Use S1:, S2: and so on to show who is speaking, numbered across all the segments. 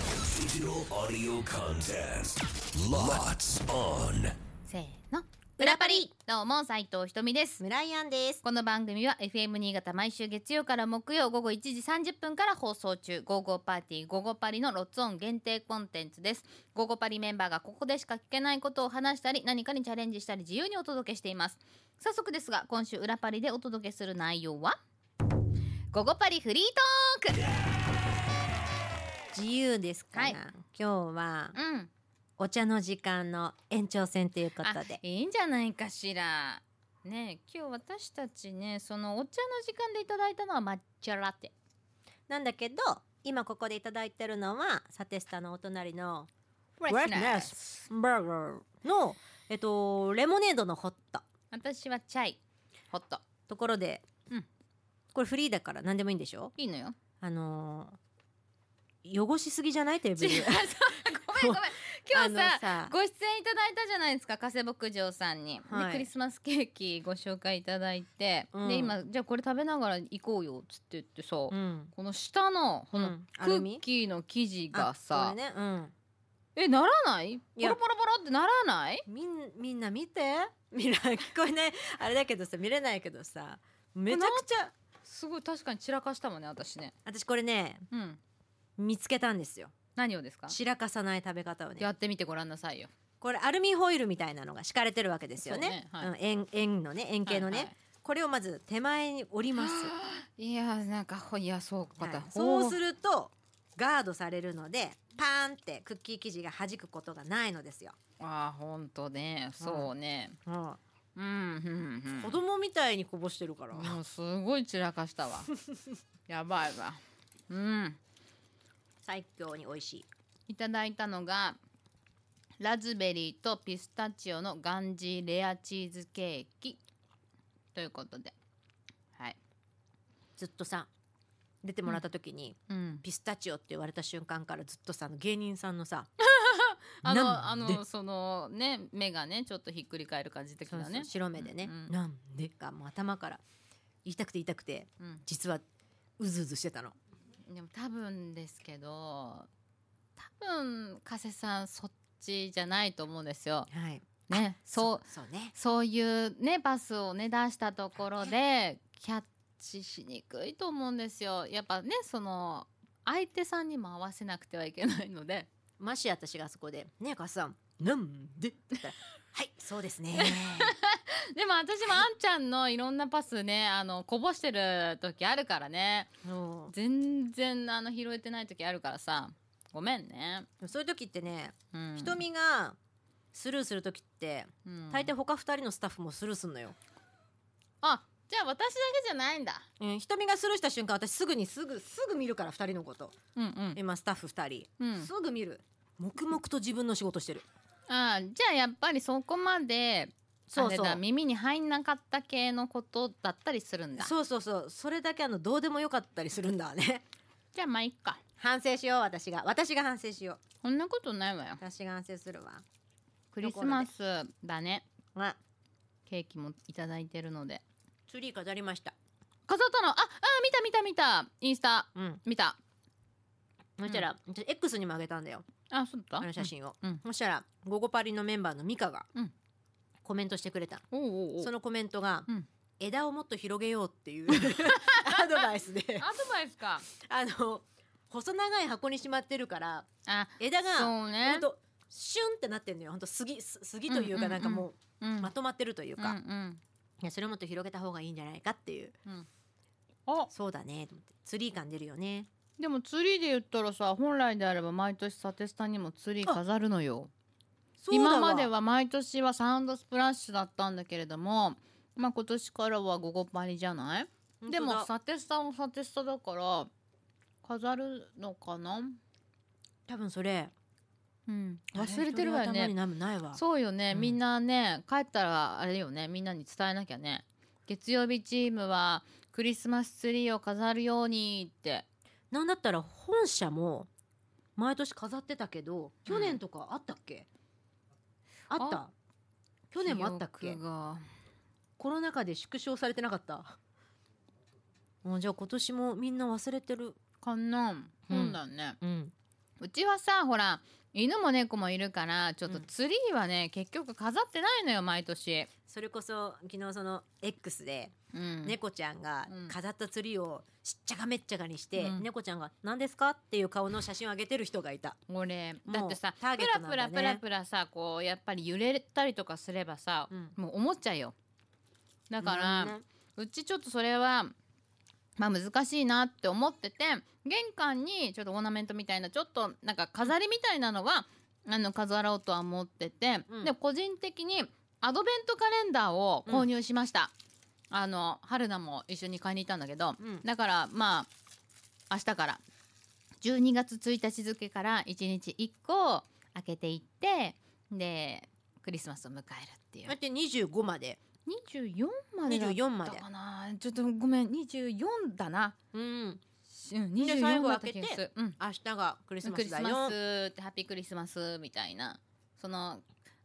S1: Digital audio contest. Lots on.
S2: せーの裏パリどうも斉藤ひとみです
S3: ムライアンです。
S2: この番組は FM 新潟毎週月曜から木曜午後1時30分から放送中「ゴーゴーパーティーゴーゴーパリ」のロッツオン限定コンテンツですゴーゴーパリメンバーがここでしか聞けないことを話したり何かにチャレンジしたり自由にお届けしています早速ですが今週裏パリでお届けする内容は「ゴーゴーパリフリートーク
S3: 自由ですから、
S2: はい
S3: 今日は」
S2: うん
S3: お茶の時間の延長戦というこ
S2: あ
S3: とで。
S2: いいんじゃないかしらねえ今日私たちねそのお茶の時間でいただいたのは抹茶ラテ
S3: なんだけど、今ここでいただいてるのは、サテスタのお隣の、
S2: フ
S3: レッシュネスバーガーの、えっと、レモネードのホット。
S2: 私はチャイホット
S3: ところで、
S2: うん
S3: これフリーだから何でもいいんでしょ
S2: いいのよ
S3: あのー汚しすぎじゃないテーブ
S2: 違うそ
S3: ル
S2: う。ごめんごめん今日
S3: あ
S2: さ
S3: のさ
S2: ご出演いただいたじゃないですか加瀬牧場さんに、
S3: はい
S2: でクリスマスケーキご紹介いただいて、
S3: うん
S2: で今じゃあこれ食べながら行こうよっつって言ってさ、
S3: うん。
S2: この下のこ
S3: う
S2: の
S3: ん
S2: ク
S3: アル
S2: ッ
S3: ミ
S2: キーの生地が
S3: あ
S2: さ、
S3: これね、うん。
S2: えならないポ
S3: や
S2: ロポロポロってならない
S3: みんみんな見て みんな聞こえないあれだけどさ見れないけどさめちゃくちゃ
S2: すごい確かに散らかしたもんね私ね
S3: 私これね
S2: うん
S3: 見つけたんですよ
S2: 何をですか
S3: 散らかさない食べ方をね
S2: やってみてごらんなさいよ
S3: これアルミホイルみたいなのが敷かれてるわけですよね
S2: そうねはい
S3: うん、円円のね円形のね、
S2: はいは
S3: これをまず手前に折ります、
S2: いやーなんかほいやそうか
S3: は
S2: だ、
S3: いそうす
S2: る
S3: るとガードされるのでパーンってクッキー生地が弾くことがないのですよ、
S2: あーほんとねそうね、うんうんうん
S3: 子供みたいにこぼしてるから、
S2: もうすごい散らかしたわやばいわうん
S3: 最強に美味しい
S2: いただいたのがラズベリーとピスタチオのガンジーレアチーズケーキということではい
S3: ずっとさ出てもらった時に、
S2: うん
S3: ピスタチオって言われた瞬間からずっとさ芸人さんのさ
S2: あの
S3: な
S2: あ
S3: んで
S2: のそのね目がねちょっとひっくり返る感じ的
S3: そう
S2: な
S3: そう
S2: ね
S3: 白目でね、
S2: うん
S3: なんでかもう頭から言いたくて言いたくて
S2: うん
S3: 実はうずうずしてたの
S2: でも多分ですけど多分加瀬さんそっちじゃないと思うんですよ
S3: はい
S2: ねそう
S3: そうね
S2: そういうねパスをね出したところでキャッチしにくいと思うんですよ。やっぱねその相手さんにも合わせなくてはいけないので
S3: もし私があそこで「ねえ母さんなん で?」って言ったら「はいそうですね」
S2: でも私もあんちゃんのいろんなパスねあのこぼしてる時あるからね
S3: そ
S2: 全然あの拾えてない時あるからさごめんね。
S3: うそういう時ってね
S2: うん、
S3: 瞳がスルーする時って
S2: うん
S3: 大抵他二人のスタッフもスルーすんのよ、
S2: あじゃあ私だけじゃないんだ。
S3: うん、瞳がスルーした瞬間私すぐにすぐすぐ見るから二人のこと
S2: うんうん
S3: 今スタッフ二人
S2: うん
S3: すぐ見る黙々と自分の仕事してる
S2: あーじゃあやっぱりそこまで
S3: そうそう
S2: あれだ耳に入んなかった系のことだったりするんだ
S3: そうそうそうそれだけあのどうでもよかったりするんだね
S2: じゃあまあいっか
S3: 反省しよう私が私が反省しよう
S2: そんなことないわよ
S3: 私が反省するわ
S2: クリスマスだね
S3: あ
S2: ケーキもいただいてるので
S3: ツリー飾りました
S2: 飾ったのああ見た見た見たインスタ
S3: うん
S2: 見た
S3: そしたら、私 X にもあげたんだよ
S2: あそうだっ
S3: あ
S2: た
S3: の写、真を、
S2: うん
S3: そしたら「ゴゴパリ」のメンバーのミカが
S2: うん
S3: コメントしてくれた、
S2: うんおうおうおう
S3: そのコメントが、
S2: うん
S3: 枝をもっと広げようって いうアドバイスで
S2: アドバイスか
S3: あの細長い箱にしまってるから
S2: あ
S3: 枝が
S2: そう
S3: ほ
S2: ね
S3: んとシュンってなってんのよほんと杉す杉というか
S2: うんうんうん
S3: なんかも
S2: うん
S3: うまとまってるという
S2: う
S3: か、
S2: んうん
S3: いやそれもっと広げた方がいいんじゃないかっていう
S2: あ
S3: そうだねと思ってツリー感出るよね
S2: でもツリーで言ったらさ本来であれば毎年サテスタにもツリー飾るのよ今までは毎年はサウンドスプラッシュだったんだけれどもまあ今年からは午後パリじゃないでもサテスタもサテスタだから飾るのかな
S3: 多分それ
S2: うん忘れてるわよ
S3: あれ人
S2: ね
S3: の頭にないわ
S2: そうよね、
S3: うん
S2: みんなね帰ったらあれよねみんなに伝えなきゃね月曜日チームはクリスマスツリーを飾るようにって
S3: なんだったら本社も毎年飾ってたけど去年とかあったっけ、あった去年もあったっ
S2: 記
S3: け
S2: 憶が
S3: コロナ禍で縮小されてなかった もうじゃあ今年もみんな忘れてる
S2: かなそうだね、
S3: うん
S2: うちはさほら犬も猫もいるからちょっとツリーはね、結局飾ってないのよ毎年。
S3: それこそ昨日その X で
S2: うん、
S3: 猫ちゃんが
S2: うん
S3: 飾ったツリーをしっちゃかめっちゃかにして、
S2: うん
S3: 猫ちゃんが「何ですか?」っていう顔の写真を上げてる人がいた。
S2: 俺
S3: もう
S2: だってさ
S3: ター
S2: プ
S3: ゲッ
S2: ラ
S3: トな
S2: プ
S3: んだ
S2: ラ
S3: ね
S2: プラプラさこうやっぱり揺れたりとかすればさ、
S3: うん
S2: もう思っちゃうよだから、
S3: うん
S2: うちちょっとそれはまあ難しいなって思ってて玄関にちょっとオーナメントみたいなちょっとなんか飾りみたいなのはあの飾ろうとは思ってて、
S3: うん
S2: で個人的にアドベントカレンダーを購入しました、あの春菜も一緒に買いに行ったんだけど、
S3: うん
S2: だからまあ明日から12月1日付から1日1個開けていってでクリスマスを迎えるっていう
S3: だって25まで
S2: 24までだった
S3: 24まで
S2: だかなちょっとごめん24だな
S3: うん
S2: うん
S3: で
S2: 24
S3: 最後
S2: だった
S3: 開け
S2: 気
S3: て
S2: がするうん
S3: 明日がクリスマ
S2: クリ
S3: スだ
S2: ス
S3: よ
S2: マスってハッピークリスマスみたいなその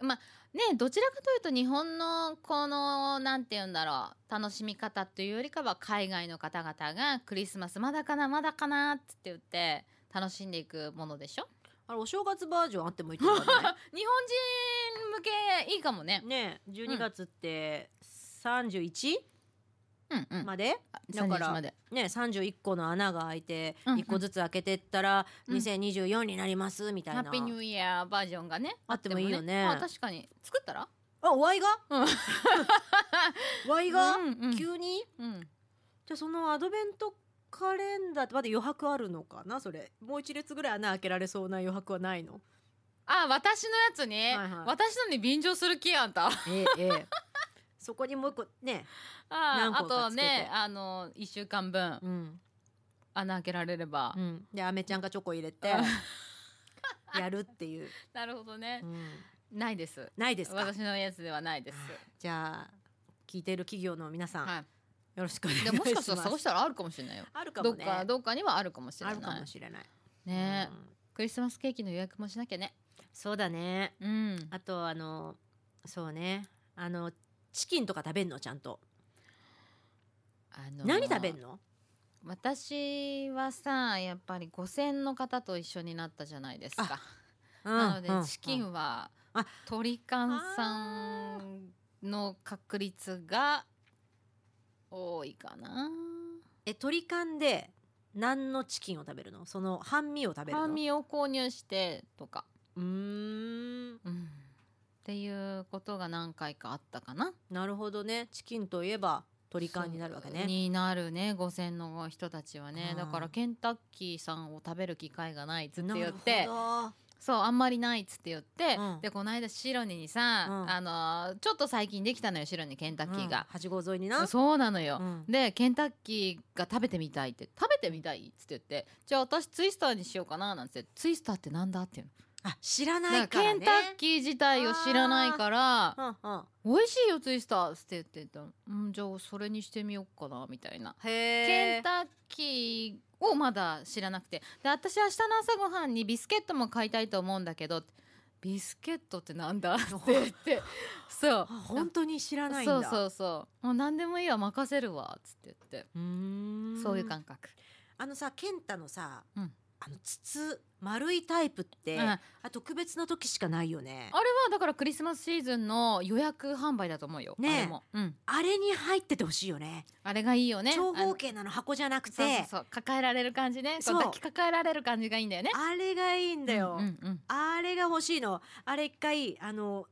S2: まあねどちらかというと日本のこのなんて言うんだろう楽しみ方というよりかは海外の方々がクリスマスまだかなまだかなって言って楽しんでいくものでしょ
S3: あれお正月バージョンあってもいいと思わない
S2: 日本人向けいいかも ね
S3: ねえ12月って31
S2: うんうん、
S3: まで、だ
S2: 31
S3: から
S2: まで
S3: ね31個の穴が開いて
S2: うんうん
S3: 1個ずつ開けてったら
S2: うん
S3: 2024になりますみたい
S2: ハ
S3: な、
S2: ッピーニューイヤーバージョンがね
S3: あってもいいよね
S2: あ確かに作ったら
S3: あワイが、 ワイが、
S2: うんうん
S3: 急に
S2: うん
S3: じゃあそのアドベントカレンダーってまだ余白あるのかなそれもう一列ぐらい穴開けられそうな余白はないの
S2: あ私のやつに、
S3: はいはい
S2: 私のに便乗する気やん たあ
S3: ええええそこにもう一個ね、
S2: あ
S3: 何個か
S2: と
S3: つけて
S2: ねあの1週間分
S3: うん
S2: 穴開けられれば、
S3: でアメちゃんがチョコ入れて やるっていう、
S2: なるほどね
S3: う、ん
S2: ないです
S3: ないですか
S2: 私のやつではないです
S3: じゃあ聞いてる企業の皆さん、
S2: は
S3: よろしくお願
S2: い。
S3: いし
S2: で
S3: ま
S2: もし
S3: す
S2: かしたら探したらあるかもしれないよ
S3: あ るか
S2: ど
S3: も
S2: っ
S3: ね
S2: かどっかにはあるかもしれな
S3: あ
S2: い
S3: るかもしれない、
S2: ねえ、
S3: うん
S2: クリスマスケーキの予約もしなきゃね
S3: そうだね
S2: うん
S3: あとあのそうねあのチキンとか食べんのちゃんと
S2: あのー
S3: 何食べんの
S2: 私はさやっぱり五線の方と一緒になったじゃないですかな
S3: な
S2: のでチキンは
S3: あ
S2: 鳥缶さんの確率が多いかな
S3: え鳥缶で何のチキンを食べるのその半身を食べるの
S2: 半身を購入してとか、
S3: うーん
S2: うんっていうことが何回かあったかな
S3: なるほどねチキンといえば鳥缶になるわけ
S2: そう
S3: ね
S2: になるね五線の人たちはね
S3: うん
S2: だからケンタッキーさんを食べる機会がないっつって
S3: な
S2: 言
S3: る
S2: っ
S3: ほ
S2: て
S3: ど
S2: そうあんまりないっつって言って、
S3: うん
S2: でこの間シロニにさ、
S3: うん
S2: あのーちょっと最近できたのよシロニケンタッキー
S3: うん
S2: が、
S3: 八号沿いにな
S2: そうなのよ、
S3: うん
S2: でケンタッキーが食べてみたいって食べてみたいっつって言ってじゃあ私ツイスターにしようかななんつってツイスターってなんだっていう
S3: あ知ら
S2: の
S3: な
S2: だ
S3: い
S2: か
S3: からら
S2: ケ
S3: ね
S2: ンタッキー自体を知らないから
S3: うんうん
S2: 美味しいよツイスターっつって言ってたのうんじゃあそれにしてみようかなみたいな
S3: へ
S2: ケ
S3: え
S2: ンタッキーをまだ知らなくてで私明日の朝ごはんにビスケットも買いたいと思うんだけどビスケットってなんだって言 ってそう
S3: 本当に知らないんだ
S2: そうそうそうもう何でもいいわ任せるわっつって言って
S3: うーん
S2: そういう感覚、
S3: あのさケンタのさ、
S2: うん
S3: あの筒丸いタイプって、
S2: うんあ
S3: あ特別な時しかないよね
S2: れはだからクリスマスシーズンの予約販売だと思うよ、
S3: ねえ
S2: あれも、うん、
S3: あれに入っててほしいよね
S2: あれがいいよね
S3: 長
S2: あ
S3: 方
S2: の
S3: 形なの箱じゃなくて
S2: そうそうそう抱えられる感じねこう
S3: そう
S2: 抱きかかえられる感じがいいんだよね
S3: あれがいいんだよ、
S2: うんうん
S3: あれが欲しいのあれ一回あの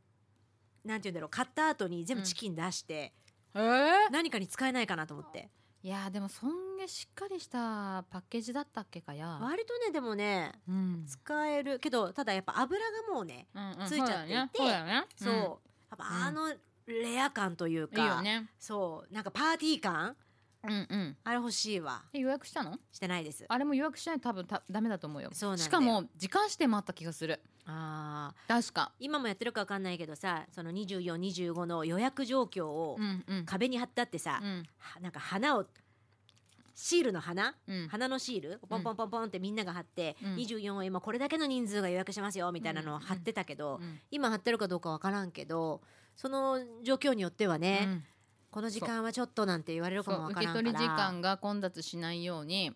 S3: なんて言うんだろう買った後に全部チキン出して、
S2: うん、え
S3: 何かに使えないかなと思って、
S2: いやーでもそんげしっかりしたパッケージだったっけかや、
S3: 割とねでもね
S2: うん、
S3: 使えるけどただやっぱ油がもうね
S2: うんうん
S3: ついちゃっていて
S2: そうだよね
S3: そう、
S2: だ
S3: や
S2: よね
S3: っぱあのレア感という
S2: うんいいよ
S3: か、
S2: ね
S3: そうなんかパーティー感
S2: うんうん
S3: あれ欲しいわ
S2: え予約したの
S3: してないです
S2: あれも予約しないと多分たダメだと思うよ
S3: そうなんだよ
S2: しかも時間指定もあった気がする
S3: あー
S2: 確か
S3: 今もやってるかわかんないけどさその2425の予約状況を
S2: うんうん
S3: 壁に貼ってあってさ、
S2: うん
S3: はなんか花をシールの花、
S2: うん
S3: 花のシールをポンポンポンポンってみんなが貼って、
S2: うん
S3: 24を今これだけの人数が予約してますよみたいなのを貼ってたけど、
S2: うん
S3: 今貼ってるかどうかわからんけどその状況によってはね、
S2: うん
S3: この時間はちょっとなんて言われるか
S2: そ
S3: も
S2: う
S3: わ
S2: 受
S3: か
S2: け
S3: らんから
S2: 取り時間が混雑しないように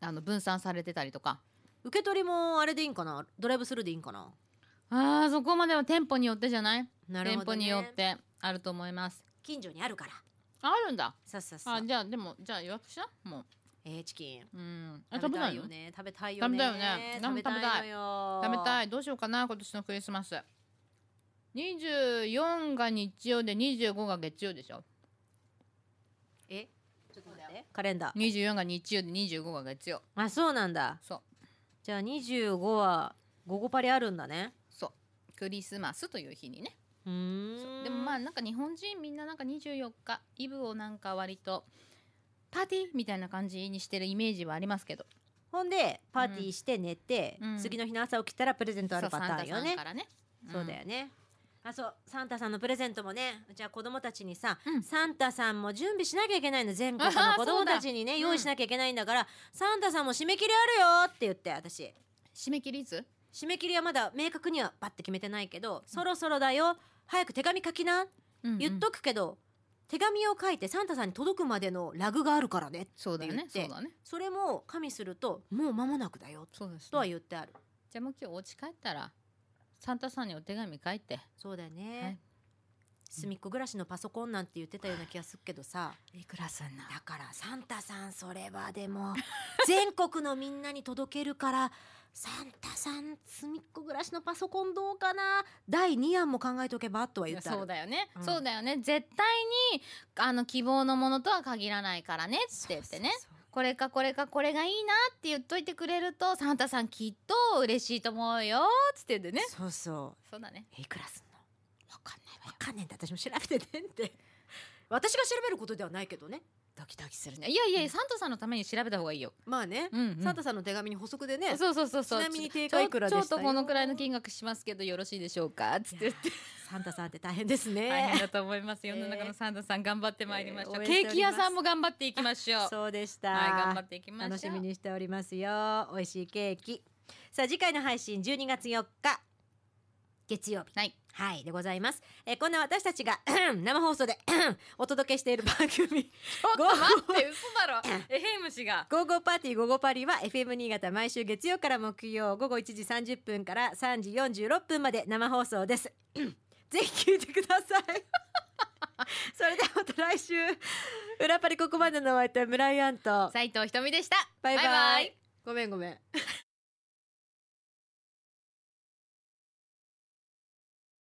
S2: あの分散されてたりとか
S3: 受け取りもあれでいいんかなドライブスルーでいいんかな
S2: あーそこまでは店舗によってじゃない、
S3: な
S2: 店舗によってあると思います
S3: 近所にあるから
S2: あるんだ
S3: さっさっさ
S2: あじゃあでもじゃあ予約しなも
S3: えーチキン
S2: ううんあ食べたいよ
S3: よね食べたいよ
S2: 食
S3: ね
S2: べたいよね
S3: 食べたいのよ
S2: 食べた
S3: い
S2: いどうしようかな今年のクリスマス24が日曜で25が月曜でしょ
S3: えちょっと待ってカレンダー
S2: 24が日曜で25が月曜
S3: あそうなんだ
S2: そう
S3: じゃあ25は午後パリあるんだね
S2: そうクリスマスという日にね
S3: うーん
S2: でもまあなんか日本人みんななんか24日イブをなんか割とパーティーみたいな感じにしてるイメージはありますけど
S3: ほんでパーティーして寝て、
S2: うん
S3: 次の日の朝起きたらプレゼントあ
S2: そ
S3: る
S2: う
S3: パターン
S2: サンタ
S3: よ
S2: さん
S3: ね
S2: からね
S3: そうだよね、あそうサンタさんのプレゼントもねじゃあ子供たちにさ、
S2: うん
S3: サンタさんも準備しなきゃいけないの全国
S2: あは
S3: の
S2: は
S3: 子供たちに
S2: そ
S3: ね
S2: うだ
S3: 用意しなきゃいけないんだから、サンタさんも締め切りあるよって言って私
S2: 締め切りいつ
S3: 締め切りはまだ明確にはバッて決めてないけど、そろそろだよ早く手紙書きな、言っとくけど手紙を書いてサンタさんに届くまでのラグがあるからね
S2: そうだよね
S3: って
S2: そう
S3: 言って
S2: だね
S3: それも加味するともう間もなくだよ
S2: そうです
S3: とは
S2: ね
S3: 言ってある
S2: じゃあもう今日お家帰ったらサンタさんにお手紙書いて
S3: そうだよ
S2: はい
S3: ね、隅っこ暮らしのパソコンなんて言ってたような気がするけどさ
S2: いくらすんな
S3: だからサンタさんそれはでも 全国のみんなに届けるからサンタさん隅っこ暮らしのパソコンどうかな第2案も考えとけばとはい言
S2: や
S3: ってある
S2: そうだよね、
S3: うん
S2: そうだよね絶対にあの希望のものとは限らないからねって言ってね
S3: そうそう
S2: これかこれかこれがいいなって言っといてくれるとサンタさんきっと嬉しいと思うよつって言ってね
S3: そうそう
S2: そうだね
S3: えいくらすんの
S2: わかんないわ
S3: わかんねえんだ私も調べてねんって 私が調べることではないけどね
S2: ドキドキするねいやいや、
S3: うん
S2: サンタさんのために調べた方がいいよ
S3: まあね、
S2: うん、うん、
S3: サンタさんの手紙に補足でね
S2: そうそうそうそう
S3: ちなみに定価いくらでしたよ
S2: ちょちょっとこのくらいの金額しますけどよろしいでしょうかつって言って
S3: サンタさんって大変ですね
S2: 大変だと思います世
S3: えー
S2: の中のサンタさん頑張ってまいりましょう、
S3: えー応援して
S2: ケー
S3: おります
S2: キ屋さんも頑張っていきましょう
S3: そうでした、
S2: はい頑張っていきましょう
S3: 楽しみにしておりますよ美味しいケーキさあ次回の配信12月4日月曜日
S2: はい
S3: はいでございますえーこんな私たちが 生放送でお届けしている番組
S2: ちょっと待って嘘だろ えヘイム氏が
S3: 午後パーティー午後パリは FM 新潟毎週月曜から木曜午後1時30分から3時46分まで生放送です ぜひ聞いてください それではまた来週裏パリここまでのお相手は村井アンと
S2: 斉藤ひとみでした
S3: バイバイ
S2: バイバイ
S3: ごめんごめん